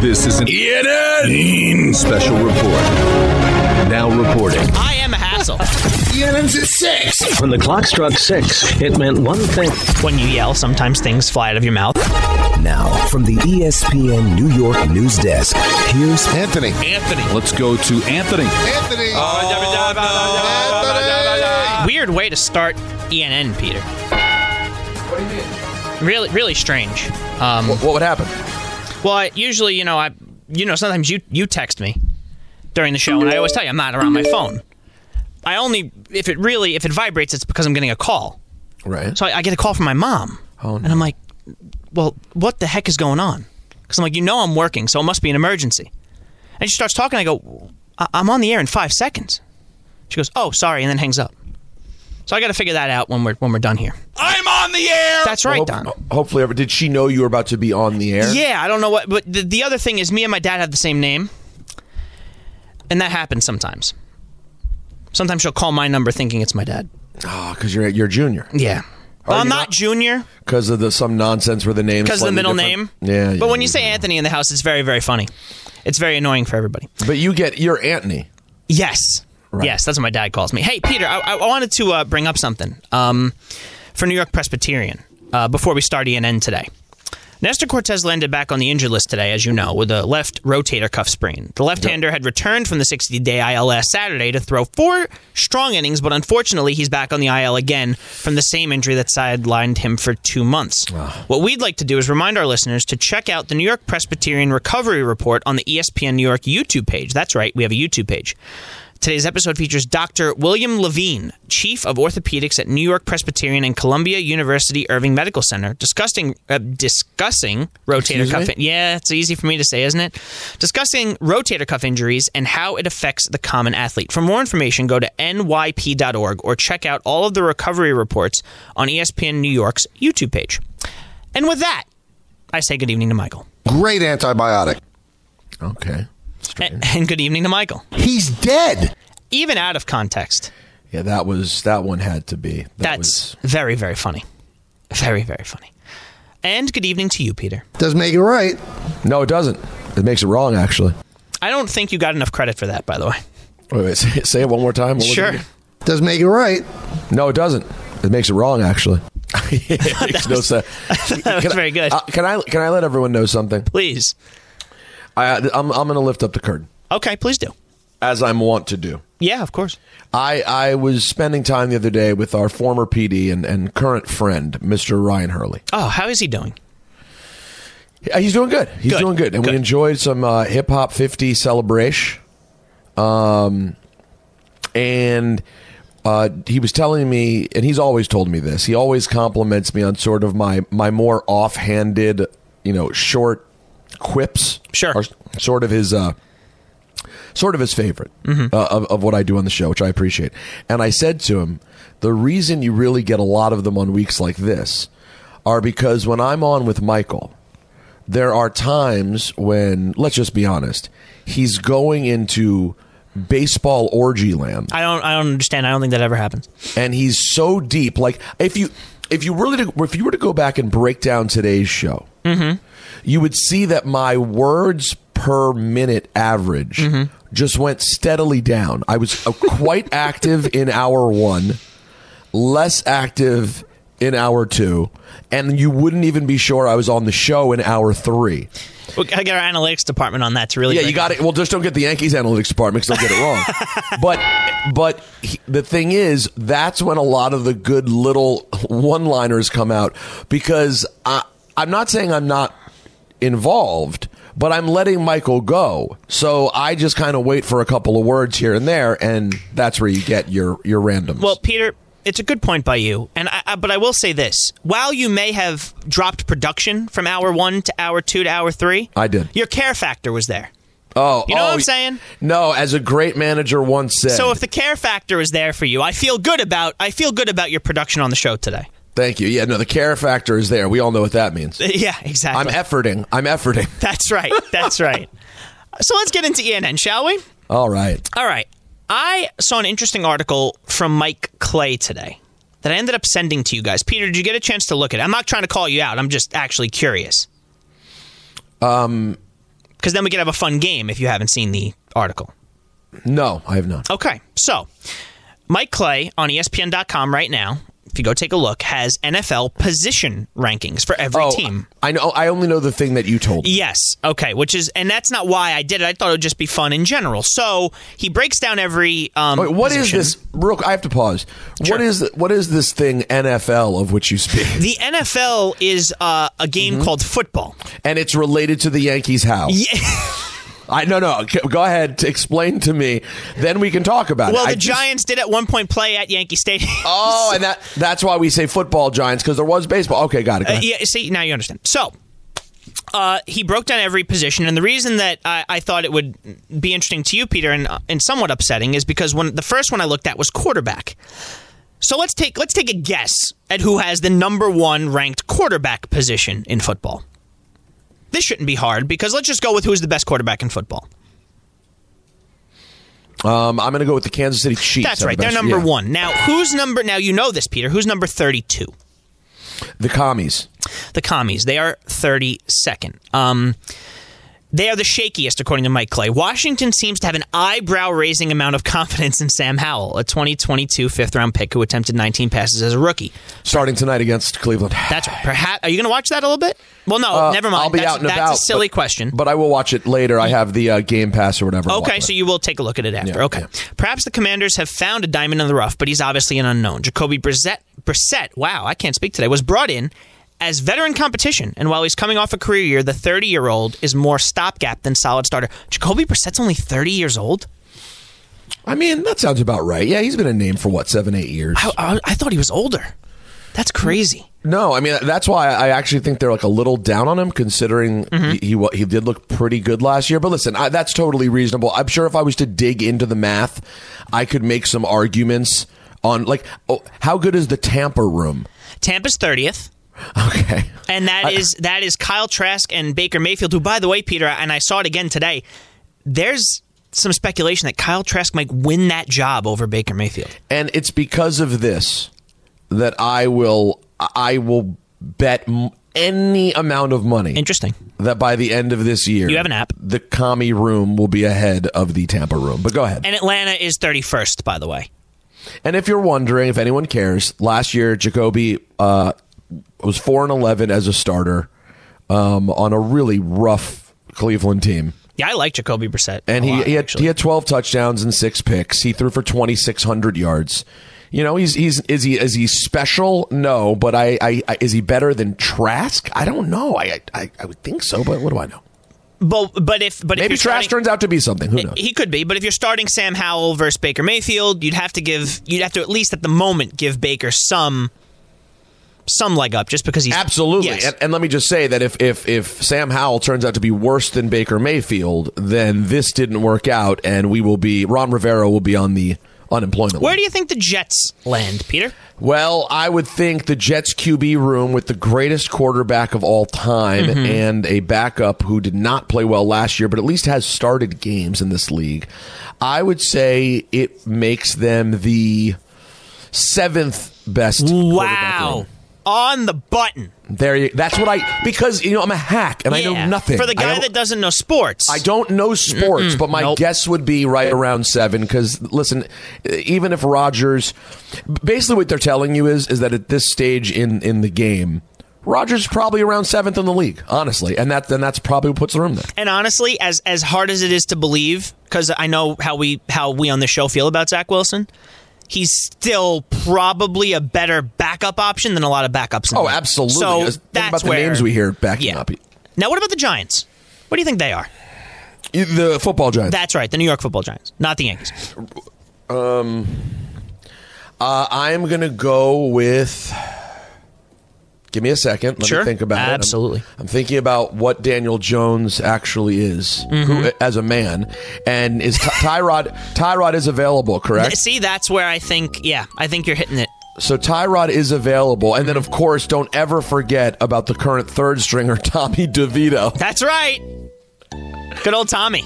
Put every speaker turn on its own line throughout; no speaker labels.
This is an ENN special report. Now reporting.
I am a hassle.
ENN's at six.
When the clock struck six, it meant one thing.
When you yell, sometimes things fly out of your mouth.
Now, from the E ESPN New York news desk, here's
Anthony.
Anthony. Let's go to Anthony.
Anthony.
Weird way to start ENN, Peter.
What do you mean?
Really, really strange. Um,
What would happen?
well, I, usually, you know, I, you know, sometimes you you text me during the show, and I always tell you I'm not around my phone. I only, if it really, if it vibrates, it's because I'm getting a call.
Right.
So I, I get a call from my mom,
Oh, no.
and I'm like, "Well, what the heck is going on?" Because I'm like, "You know, I'm working, so it must be an emergency." And she starts talking. I go, I- "I'm on the air in five seconds." She goes, "Oh, sorry," and then hangs up. So I got to figure that out when we're when we're done here.
I'm on the air.
That's right,
Hope-
Don.
Hopefully, ever. Did she know you were about to be on the air?
Yeah, I don't know what, but the, the other thing is, me and my dad have the same name, and that happens sometimes. Sometimes she'll call my number thinking it's my dad.
because Ah, you're you're junior.
Yeah, well,
you
I'm
not-
not junior.
Because of the some nonsense where the name.
because of the middle name.
Yeah.
But
yeah,
when you
yeah.
say Anthony in the house, it's very, very funny. It's very annoying for everybody.
but you get you're Anthony.
Yes. Yes, that's what my dad calls me. Hey, Peter, I, I wanted to uh, bring up something um, for New York Presbyterian uh, before we start ENN today. Nestor Cortez landed back on the injured list today, as you know, with a left rotator cuff sprain. The left hander had returned from the 60 day IL last Saturday to throw four strong innings, but unfortunately, he's back on the IL again from the same injury that sidelined him for two months. What we'd like to do is remind our listeners to check out the New York Presbyterian Recovery Report on the E ESPN New York YouTube page. That's right, we have a YouTube page. Today's episode features Dr. William Levine, Chief of Orthopedics at New York Presbyterian and Columbia University Irving Medical Center, discussing uh, discussing rotator
Excuse
cuff.
me?
Yeah, it's easy for me to say, isn't it? Discussing rotator cuff injuries and how it affects the common athlete. For more information, go to nyp.org or check out all of the recovery reports on E ESPN New York's YouTube page. And with that, I say good evening to Michael.
Great antibiotic.
Okay.
And, and good evening to Michael.
He's dead.
Even out of context.
Yeah, that was that one had to be. That
That's
was-
very, very funny. Very, very funny. And good evening to you, Peter.
Doesn't make it right.
no, it doesn't. It makes it wrong actually.
I don't think you got enough credit for that, by the way.
Wait, wait say, say it one more time. What was it
Sure.
again?
Doesn't make it right.
No, it doesn't. It makes it wrong, actually. it makes no sense.
That was
Can I-
very good.
uh, can I can I let everyone know something?
please.
I, I'm I'm going to lift up the curtain
Okay, please do.
as I'm wont to do.
Yeah, of course.
I I was spending time the other day with our former PD and, and current friend, Mr. Ryan Hurley.
Oh, how is he doing?
Uh, He's doing good. He's
Good.
doing good, and
Good.
we enjoyed some uh, hip hop fifty celebration. Um, and uh, he was telling me, and he's always told me this. He always compliments me on sort of my my more offhanded, you know, short quips.
Sure.
are sort of his. Uh, Sort of his favorite uh, of, of what I do on the show, which I appreciate. And I said to him, the reason you really get a lot of them on weeks like this are because when I'm on with Michael, there are times when, let's just be honest, he's going into baseball orgy land
I don't. I don't understand. I don't think that ever happens.
and he's so deep. Like if you if you really to, if you were to go back and break down today's show, you would see that my words per minute average just went steadily down. I was uh, quite active in hour one, less active in hour two, and you wouldn't even be sure I was on the show in hour three.
We gotta get our analytics department on that to really.
Yeah,
break
you got it. Well, just don't get the Yankees analytics department because they'll get it wrong. but but he- the thing is, that's when a lot of the good little one-liners come out because I, I'm not saying I'm not involved, but I'm letting Michael go. So I just kind of wait for a couple of words here and there, and that's where you get your your randoms.
Well, Peter, it's a good point by you, and I, I, but I will say this: while you may have dropped production from hour one to hour two to hour three,
I did.
Your care factor was there.
Oh,
You know
oh,
what I'm saying?
No, as a great manager once said.
So if the care factor is there for you, I feel good about I feel good about your production on the show today.
thank you. Yeah, no, the care factor is there. We all know what that means.
Yeah, exactly.
I'm efforting. I'm efforting.
That's right. That's right. So let's get into ENN, shall we?
All right.
All right. I saw an interesting article from Mike Clay today that I ended up sending to you guys. Peter, did you get a chance to look at it? I'm not trying to call you out. I'm just actually curious. Um, because then we could have a fun game if you haven't seen the article.
No, I have not.
Okay. So, Mike Clay on E ESPN.com right now, if you go take a look, has NFL position rankings for every
Oh.
team. E
I know. I only know the thing that you told. me.
Yes. Okay. Which is, and that's not why I did it. I thought it would just be fun in general. So he breaks down every. Um,
Wait, what is
position.
this? Real, I have to pause.
Sure.
What is what is this thing NFL of which you speak?
The NFL is uh, a game called football.
Mm-hmm. and it's related to the Yankees. How? I no no. c- Go ahead. To explain to me. Then we can talk about it.
Well,
I
the
just-
Giants did at one point play at Yankee Stadium.
Oh, and that that's why we say football Giants because there was baseball. Okay, got it. Go
Uh,
ahead.
yeah, see, now you understand. So, uh, he broke down every position, and the reason that I, I thought it would be interesting to you, Peter, and uh, and somewhat upsetting, is because when the first one I looked at was quarterback. So let's take let's take a guess at who has the number one ranked quarterback position in football. This shouldn't be hard because let's just go with who's the best quarterback in football.
Um, I'm going to go with the Kansas City Chiefs.
Uh, That's right,
everybody.
they're number
Yeah.
one. Now, who's number? Now you know this, Peter. Who's number thirty-two?
The commies.
the commies. They are 32nd. Um, they are the shakiest, according to Mike Clay. Washington seems to have an eyebrow raising amount of confidence in Sam Howell, a 2022 fifth round pick who attempted 19 passes as a rookie.
Starting tonight against Cleveland.
That's perhaps. Are you going to watch that a little bit? Well, no,
Uh,
never mind.
I'll be
that's
out and
that's
about,
a silly
but-
question.
But I will watch it later. I have the uh, Game Pass or whatever. I'll
Okay,
watch
so
it.
you will take a look at it after.
Yeah,
okay.
yeah.
Perhaps the commanders have found a diamond in the rough, but he's obviously an unknown. Jacoby Brissett, Brissett, wow, I can't speak today, was brought in as veteran competition. And while he's coming off a career year, the 30 year old is more stopgap than solid starter. Jacoby Brissett's only 30 years old?
I mean, that sounds about right. Yeah, he's been a name for what seven, eight years.
I, Oh, I, I thought he was older. That's crazy.
no, I mean that's why I actually think they're like a little down on him, considering
Mm-hmm.
he, he wa- he did look pretty good last year. But listen, I, that's totally reasonable. I'm sure if I was to dig into the math, I could make some arguments on like oh, how good is the tamper room?
Tampa's 30th.
Okay,
And that is that is Kyle Trask and Baker Mayfield, who, by the way, Peter, and I saw it again today. There's some speculation that Kyle Trask might win that job over Baker Mayfield.
and it's because of this that I will I will bet m- any amount of money
Interesting.
that by the end of this year,
You have an app.
The commie room will be ahead of the Tampa room. But go ahead.
And Atlanta is 31st, by the way.
And if you're wondering, if anyone cares, last year Jacoby uh, was four and eleven as a starter um, on a really rough Cleveland team.
Yeah, I like Jacoby Brissett.
And
a
he,
lot,
he, had,
actually.
he had 12 touchdowns and six picks. He threw for 2,600 yards. You know, he's, he's, is he, is he special? No, but I, I, I is he better than Trask? I don't know. I, I, I would think so, but what do I know?
but but if but
Maybe
if you're
Trask
starting-
turns out to be something. Who knows?
he could be. But if you're starting Sam Howell versus Baker Mayfield, you'd have to give you'd have to at least at the moment give Baker some some leg up just because he's
Absolutely.
Yes.
And, and let me just say that if, if if Sam Howell turns out to be worse than Baker Mayfield, then this didn't work out, and we will be Ron Rivera will be on the unemployment.
Where
line.
do you think the Jets land, Peter?
well, I would think the Jets QB room with the greatest quarterback of all time
Mm-hmm.
and a backup who did not play well last year, but at least has started games in this league. I would say it makes them the seventh best. quarterback room.
Wow. On the button.
There you. That's what I because you know I'm a hack and I know
Yeah.
nothing.
For the
I
guy
don't-
that doesn't know sports.
I don't know sports, but my guess would be right around seven. Because listen, even if Rogers, basically what they're telling you is is that at this stage in in the game, Rogers is probably around seventh in the league, honestly, and that then that's probably what puts the room there.
And honestly, as as hard as it is to believe, because I know how we how we on the show feel about Zach Wilson, he's still probably a better backup option than a lot of backups. In the
Oh,
league.
absolutely.
So
Just think
that's
about the
where-
names we hear backing
Yeah.
up.
Now, what about the Giants? What do you think they are?
The football giants.
That's right, the New York Football Giants, not the Yankees.
Uh, I'm going to go with. Give me a second. Let
Sure.
me think about it. I'm-
Absolutely.
I'm, thinking about what Daniel Jones actually is
Mm-hmm.
who, as a man, and is Ty- Tyrod? Tyrod is available, correct?
See, that's where I think. Yeah, I think you're hitting it.
So Tyrod is available, and then of
Mm-hmm.
course, don't ever forget about the current third stringer, Tommy DeVito.
That's right. Good old Tommy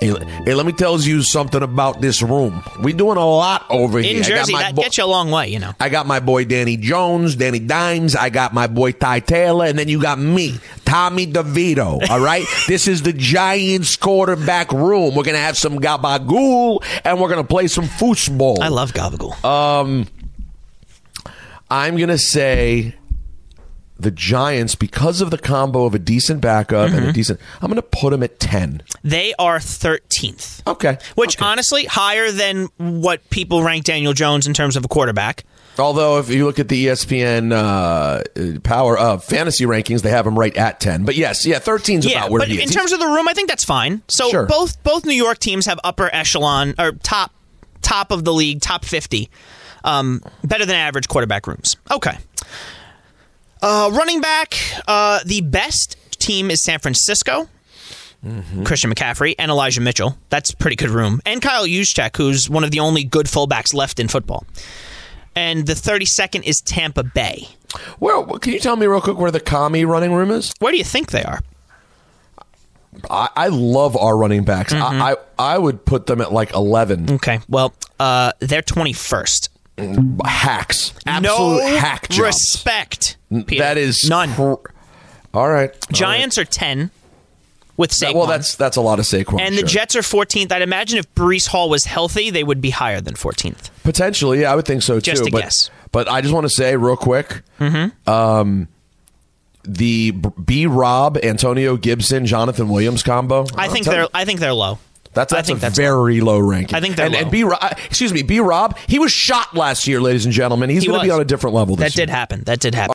Hey, le- hey, let me tell you something about this room. We doing a lot over
in
here. I got
Jersey.
my
That
bo-
gets you a long way, you know.
I got my boy Danny Jones, Danny Dimes. I got my boy Ty Taylor, and then you got me, Tommy DeVito. All right, this is the Giants quarterback room. We're gonna have some gabagool, and we're gonna play some foosball.
I love Gabagool.
Uh, I'm gonna say the Giants because of the combo of a decent backup
Mm-hmm.
and a decent. I'm gonna put them at ten.
they are 13th.
Okay,
Which honestly, higher than what people rank Daniel Jones in terms of a quarterback.
Although, if you look at the E ESPN uh, uh, power of fantasy rankings, they have him right at 10. But yes, yeah, 13 is
Yeah,
about where
but
he
in
is.
terms of the room, I think that's fine. So
Sure.
both both New York teams have upper echelon or top top of the league, top fifty, um, better than average quarterback rooms. Okay. Uh, running back, uh, the best team is San Francisco.
Mm-hmm.
Christian McCaffrey and Elijah Mitchell. That's a pretty good room. And Kyle Juszczyk, who's one of the only good fullbacks left in football. And the 32nd is Tampa Bay.
Well, can you tell me real quick where the commie running room is?
Where do you think they are?
I, I love our running backs.
Mm-hmm.
I, I I would put them at like 11.
Okay. Well, uh, they're 21st.
Hacks. Absolute
Mm-hmm. no
hack jobs.
respect. Peter.
That is
none.
pr- all right.
Giants are ten with
All right.
Saquon.
Well, that's that's a lot of Saquon.
and the
sure.
Jets are 14th. I'd imagine if Brees Hall was healthy, they would be higher than 14th.
Potentially, yeah, I would think so
Just
too.
a
but,
guess. Mm-hmm.
but I just want to say real quick, um, the B. Rob, Antonio Gibson, Jonathan Williams combo.
I think
I'm
they're.
telling
I think they're low.
That's,
I
that's
think
a
that's
very low ranking.
I think they're
and,
low.
and B. Rob, excuse me, B. Rob. He was shot last year, ladies and gentlemen. He's
He
going to be
was.
on a different level. This
That did happen. That did happen.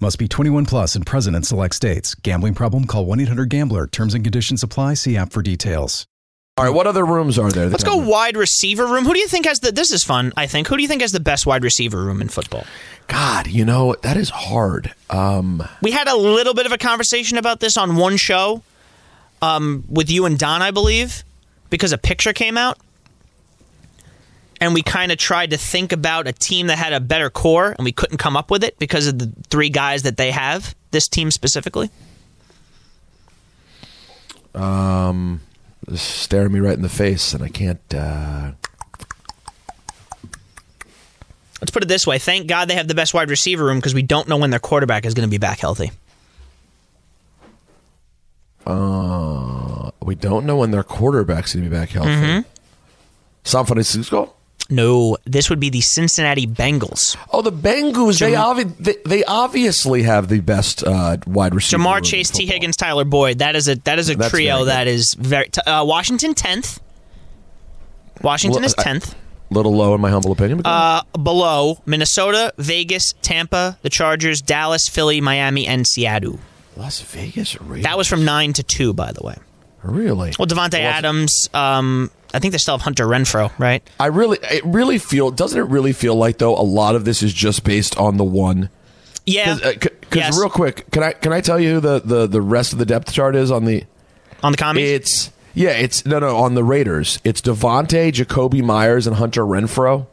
Must be 21 plus and present in select states. Gambling problem? Call 1 800 Gambler. Terms and conditions apply. See app for details.
All right, what other rooms are there?
Let's go wide receiver room. Who do you think has the? This is fun. I think. Who do you think has the best wide receiver room in football?
God, you know that is hard. Um,
We had a little bit of a conversation about this on one show, um, with you and Don, I believe, because a picture came out, and we kind of tried to think about a team that had a better core, and we couldn't come up with it because of the three guys that they have. This team specifically.
just staring me right in the face, and I can't. Uh,
Let's put it this way: Thank God they have the best wide receiver room because we don't know when their quarterback is going to be back healthy.
Uh, we don't know when their quarterback's going to be back healthy.
Mm-hmm.
San Francisco.
No, this would be the Cincinnati Bengals.
Oh, the Bengals. They, obvi- they they obviously have the best uh, wide receiver. room
Jamar
in
Chase, T.
football.
Higgins, Tyler Boyd. That is a that is a
That's very
trio
good.
that is very. T- uh, Washington tenth. Washington
Well,
is
I-
tenth.
Little low in my humble opinion. but-
Uh, below Minnesota, Vegas, Tampa, the Chargers, Dallas, Philly, Miami, and Seattle.
Las Vegas. Really?
That was from nine to two, by the way.
really.
Well, Devontae Adams. Um, I think they still have Hunter Renfro, right?
I really, it really feel. Doesn't it really feel like though a lot of this is just based on the one?
Yeah.
Because
Yes.
uh, real quick, can I can I tell you who the, the the rest of the depth chart is on the?
On the commies.
It's yeah, it's no no on the Raiders. It's Devontae, Jacoby Myers, and Hunter Renfro.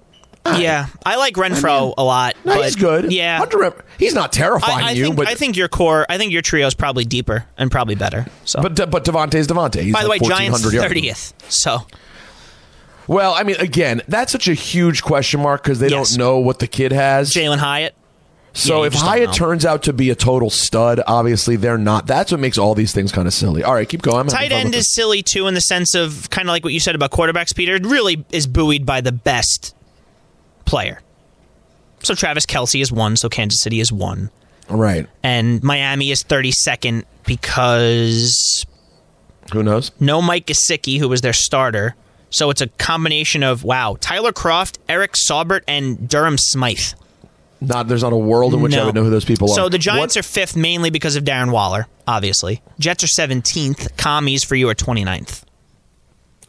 yeah, I like Renfro a lot.
No,
but
he's good.
Yeah.
Hunter Renfro, he's not terrifying
I, I
you,
think,
but
I think your core. I think your trio is probably deeper and probably better. So,
But but Devontae's Devontae. He's
by the way,
like
Giants
1400 yards.
thirtieth. So
Well, I mean, again, that's such a huge question mark because they
Yes.
don't know what the kid has.
Jalen Hyatt. yeah,
so
you
if
just don't
Hyatt
know.
turns out to be a total stud, obviously they're not. That's what makes all these things kind of silly. All right, keep going. I'm having
Tight
fun
end
with
is
this.
silly too, in the sense of kind of like what you said about quarterbacks. Peter it really is buoyed by the best player. So Travis Kelsey is one. So Kansas City is one.
Right.
And Miami is 32nd because
Who knows?
no Mike Gesicki, who was their starter. So it's a combination of, wow, Tyler Croft, Eric Saubert, and Durham Smythe.
Not there's not a world in which I
No.
would know who those people are.
So the Giants are fifth mainly because of Darren Waller, obviously. Jets are 17th. Commies for you are 29th.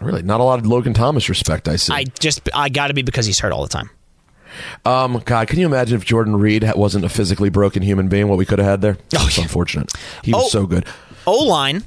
are really not a lot of Logan Thomas respect. I see.
I just, I got to be because he's hurt all the time.
um, God, can you imagine if Jordan Reed ha- wasn't a physically broken human being? What we could have had there.
Oh,
It's
yeah.
unfortunate. He was
Oh.
so good.
O line,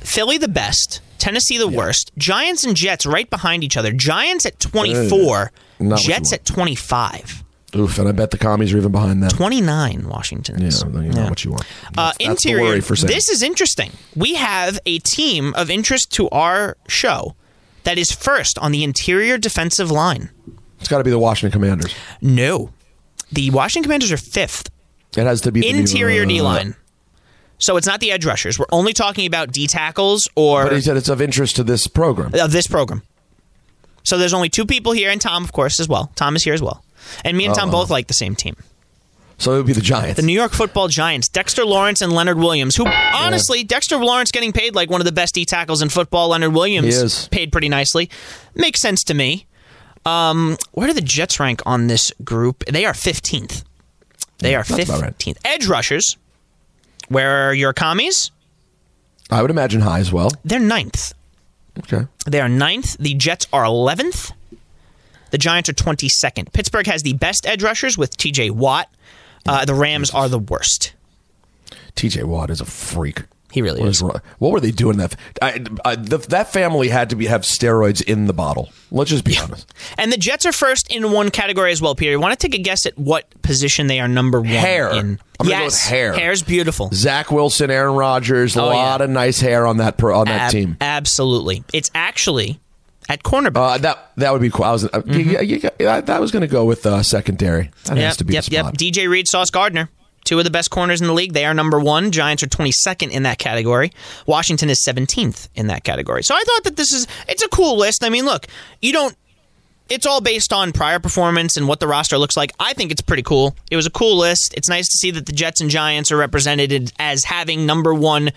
Philly the best, Tennessee the worst, Giants and Jets right behind each other. Giants at 24,
Uh, Not what you
Jets
want.
at 25,
Oof, and I bet the commies are even behind that.
29, Washington.
Yeah,
is.
then you know what you want.
Uh,
That's- that's the
interior.
worry for Sam.
this is interesting. We have a team of interest to our show that is first on the interior defensive line.
It's got to be the Washington Commanders.
No, the Washington Commanders are fifth
It has to be the
interior
uh,
D line. So it's not the edge rushers. We're only talking about D tackles or
But he said it's of interest to this program.
of this program. So there's only two people here, and Tom, of course, as well. Tom is here as well, and me
Oh,
and Tom both like the same team.
So it would be the Giants.
The New York Football Giants, Dexter Lawrence and Leonard Williams, who honestly, Dexter Lawrence getting paid like one of the best D tackles in football. Leonard Williams
He is.
paid pretty nicely. Makes sense to me. Um, where do the Jets rank on this group? They are 15th. They are
that's about
15th.
right.
Edge rushers, where are your commies?
I would imagine high as well.
They're ninth.
Okay.
They are ninth. The Jets are 11th. The Giants are 22nd. Pittsburgh has the best edge rushers with TJ Watt. Uh, the Rams are the worst.
TJ Watt is a freak.
He really
What
is.
wrong- What were they doing that? I, I, the, that family had to be have steroids in the bottle. Let's just be honest.
And the Jets are first in one category as well, Peter. Want to take a guess at what position they are number one
Hair.
in?
I'm gonna go
yes,
with hair.
Hair's beautiful.
Zach Wilson, Aaron Rodgers, a
Oh,
lot
yeah.
of nice hair on that pro, on that
Ab-
team.
Absolutely. It's actually at cornerback.
Uh, that that would be cool. I was uh, yeah, yeah, yeah, I- that was going to go with uh, secondary. That has to be
Mm-hmm. yep,
the
yep.
spot.
DJ Reed, Sauce Gardner. Two of the best corners in the league. They are number one. Giants are 22nd in that category. Washington is 17th in that category. So I thought that this is, it's a cool list. I mean, look, you don't, it's all based on prior performance and what the roster looks like. I think it's pretty cool. It was a cool list. It's nice to see that the Jets and Giants are represented as having number one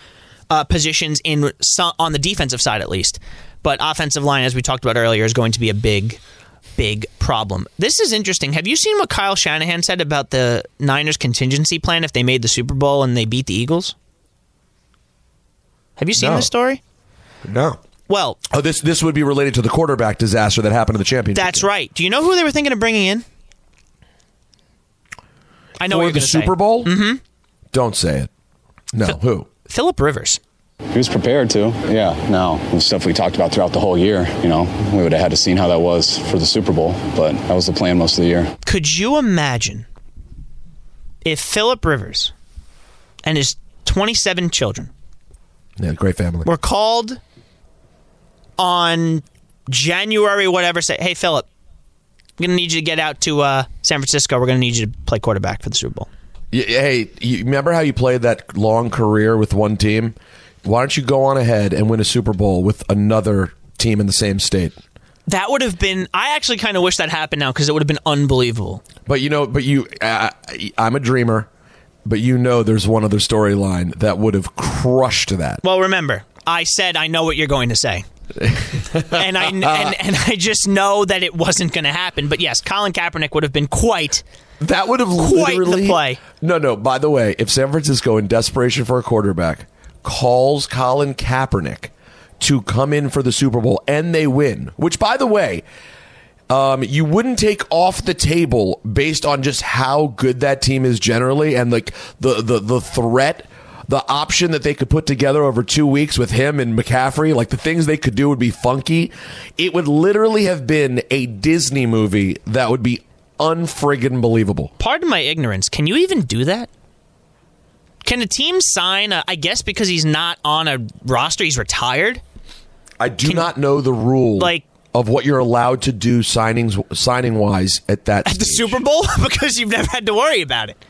uh, positions in so- on the defensive side, at least. But offensive line, as we talked about earlier, is going to be a big, big problem. This is interesting. Have you seen what Kyle Shanahan said about the Niners contingency plan if they made the Super Bowl and they beat the Eagles? Have you seen
No.
this story?
No.
Well,
Oh, this this would be related to the quarterback disaster that happened in the championship.
That's right. Do you know who they were thinking of bringing in? I know what
For
you're
the
gonna say.
Super Bowl. Mm-hmm. Don't say it. No. who?
Philip Rivers.
He was prepared to. Yeah, no. The stuff we talked about throughout the whole year, you know, we would have had to seen how that was for the Super Bowl, but that was the plan most of the year.
Could you imagine if Philip Rivers and his 27 children
Yeah, great family.
were called on January whatever say, "Hey Philip, I'm going to need you to get out to uh, San Francisco. We're going to need you to play quarterback for the Super Bowl."
Y- Hey, you remember how you played that long career with one team? Why don't you go on ahead and win a Super Bowl with another team in the same state?
That would have been I actually kind of wish that happened now cuz it would have been unbelievable.
But you know, but you, uh, I'm a dreamer, but you know, there's one other storyline that would have crushed that.
Well, remember, I said I know what you're going to say. and I and, and I just know that it wasn't going to happen. But yes, Colin Kaepernick would have been quite.
That would have
Quite the
literally
play.
No, no. By the way, if San Francisco, in desperation for a quarterback, calls Colin Kaepernick to come in for the Super Bowl and they win, which, by the way, um, you wouldn't take off the table based on just how good that team is generally and like the the the threat. The option that they could put together over two weeks with him and McCaffrey, like the things they could do would be funky. It would literally have been a Disney movie that would be unfriggin' believable.
Pardon my ignorance. Can you even do that? Can a team sign? A, I guess because he's not on a roster, he's retired.
I do not know the rule
Like-
of what you're allowed to do signings signing wise at that
at the
stage.
Super Bowl because you've never had to worry about it.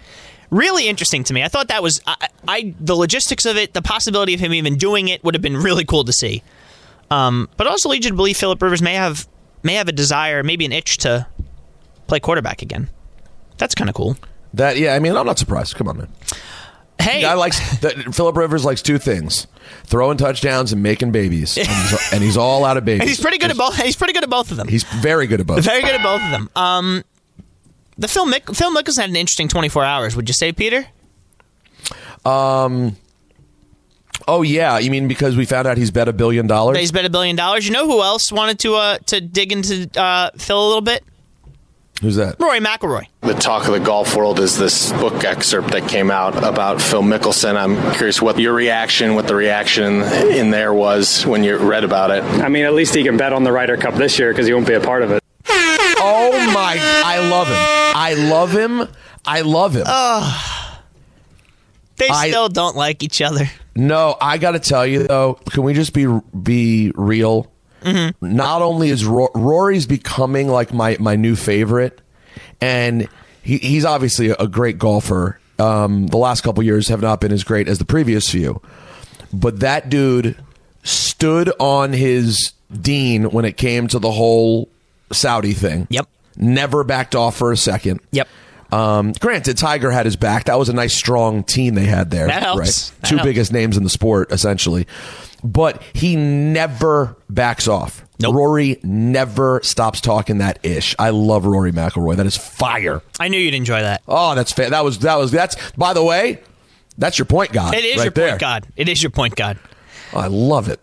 Really interesting to me. I thought that was I, I the logistics of it, the possibility of him even doing it would have been really cool to see. Um, but also leads you to believe Philip Rivers may have may have a desire, maybe an itch to play quarterback again. That's kind of cool.
That yeah, I mean, I'm not surprised. Come on, man.
Hey,
guy likes that. Philip Rivers likes two things: throwing touchdowns and making babies, and he's, and he's all out of babies.
He's pretty good at both. He's pretty good at both of them.
He's very good at both.
Very good at both of them. Um, the Phil Mick- Phil Mickelson had an interesting 24 hours. Would you say, Peter?
Um. Oh yeah, you mean because we found out he's bet a billion dollars?
He's bet a billion dollars. You know who else wanted to uh, to dig into uh, Phil a little bit?
Who's that?
Rory McIlroy.
The talk of the golf world is this book excerpt that came out about Phil Mickelson. I'm curious what your reaction, what the reaction in there was when you read about it.
I mean, at least he can bet on the Ryder Cup this year because he won't be a part of it.
Oh my! I love him. I love him. I love
Oh.
him.
They
I-
still don't like each other.
No, I got to tell you though. Can we just be be real?
Mm-hmm.
Not only is Ro- Rory's becoming like my my new favorite, and he, he's obviously a great golfer. Um, the last couple years have not been as great as the previous few, but that dude stood on his dean when it came to the whole Saudi thing. Yep, never backed off for a second.
Yep.
Um, granted, Tiger had his back. That was a nice, strong team they had there.
That helps.
Right?
That
Two
helps.
biggest names in the sport, essentially. But he never backs off. Rory never stops talking that ish. I love Rory McIlroy. That is fire.
I knew you'd enjoy that.
Oh, that's fa- that was that was that's. By the way, that's your point, God.
It is
right
your
there. Oh,
point, God. It is your point, God.
I love it.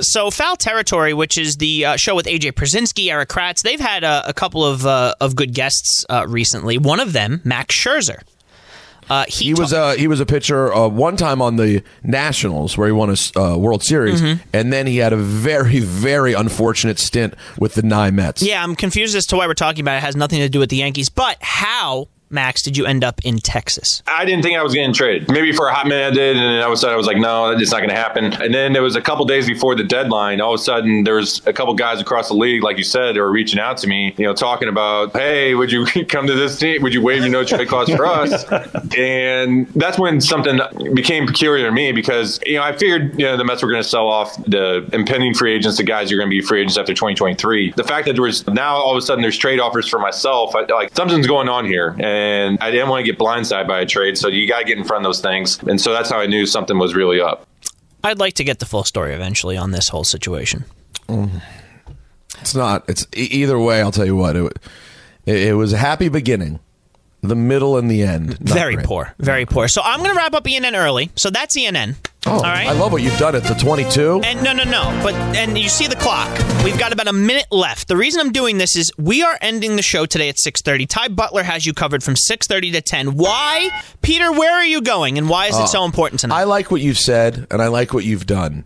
So Foul Territory, which is the uh, show with AJ Przinsky, Eric Kratz, they've had uh, a couple of uh, of good guests uh, recently. One of them, Max Scherzer. Uh, he
was a he was a pitcher uh, one time on the Nationals where he won a s- uh, World Series,
Mhm.
and then he had a very very unfortunate stint with the Nye Mets.
Yeah, I'm confused as to why we're talking about it. It has nothing to do with the Yankees. But how, Max, did you end up in Texas?
I didn't think I was getting traded. Maybe for a hot minute I did, and then all of a sudden I was like, no, it's not going to happen. And then there was a couple days before the deadline. All of a sudden, there was a couple guys across the league, like you said, that were reaching out to me, you know, talking about, hey, would you come to this team? Would you waive your no trade clause for us? And that's when something became peculiar to me because you know I figured you know the Mets were going to sell off the impending free agents, the guys who are going to be free agents after 2023. The fact that there was now all of a sudden there's trade offers for myself, I, like something's going on here, and I didn't want to get blindsided by a trade. So you got to get in front of those things, and so that's how I knew something was really up.
I'd like to get the full story eventually on this whole situation.
Mm. It's not. It's e- either way. I'll tell you what. It, wa- it, it was a happy beginning, the middle and the end. Not
Very
great.
poor. Very poor. So I'm going to wrap up ENN early. So that's ENN.
Oh,
All right.
I love what you've done at the 22.
And no, no, no. But and you see the clock. We've got about a minute left. The reason I'm doing this is we are ending the show today at 6:30. Ty Butler has you covered from 6:30 to 10. Why, Peter? Where are you going? And why is
Uh,
it so important tonight?
I like what you've said, and I like what you've done.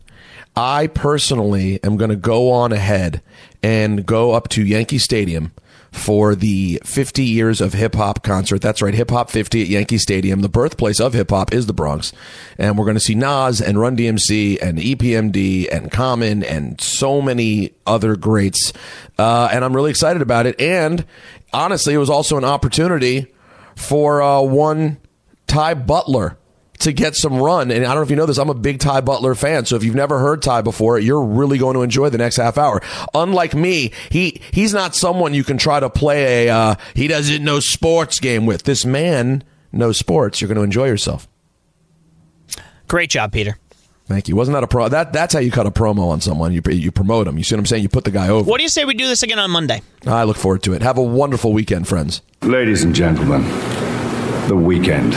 I personally am going to go on ahead and go up to Yankee Stadium for the 50 years of hip hop concert. That's right, Hip Hop 50 at Yankee Stadium. The birthplace of hip hop is the Bronx. And we're going to see Nas and Run DMC and E EPMD and Common and so many other greats. Uh, and I'm really excited about it. And honestly, it was also an opportunity for uh, one Ty Butler to get some run. And I don't know if you know this, I'm a big Ty Butler fan. So if you've never heard Ty before, you're really going to enjoy the next half hour. Unlike me, he he's not someone you can try to play a uh, he doesn't know sports game with. This man knows sports. You're going to enjoy yourself.
Great job, Peter.
Thank you. Wasn't that a pro? That that's how you cut a promo on someone. You you promote them. You see what I'm saying? You put the guy over.
What do you say we do this again on Monday?
I look forward to it. Have a wonderful weekend, friends.
Ladies and gentlemen, the weekend.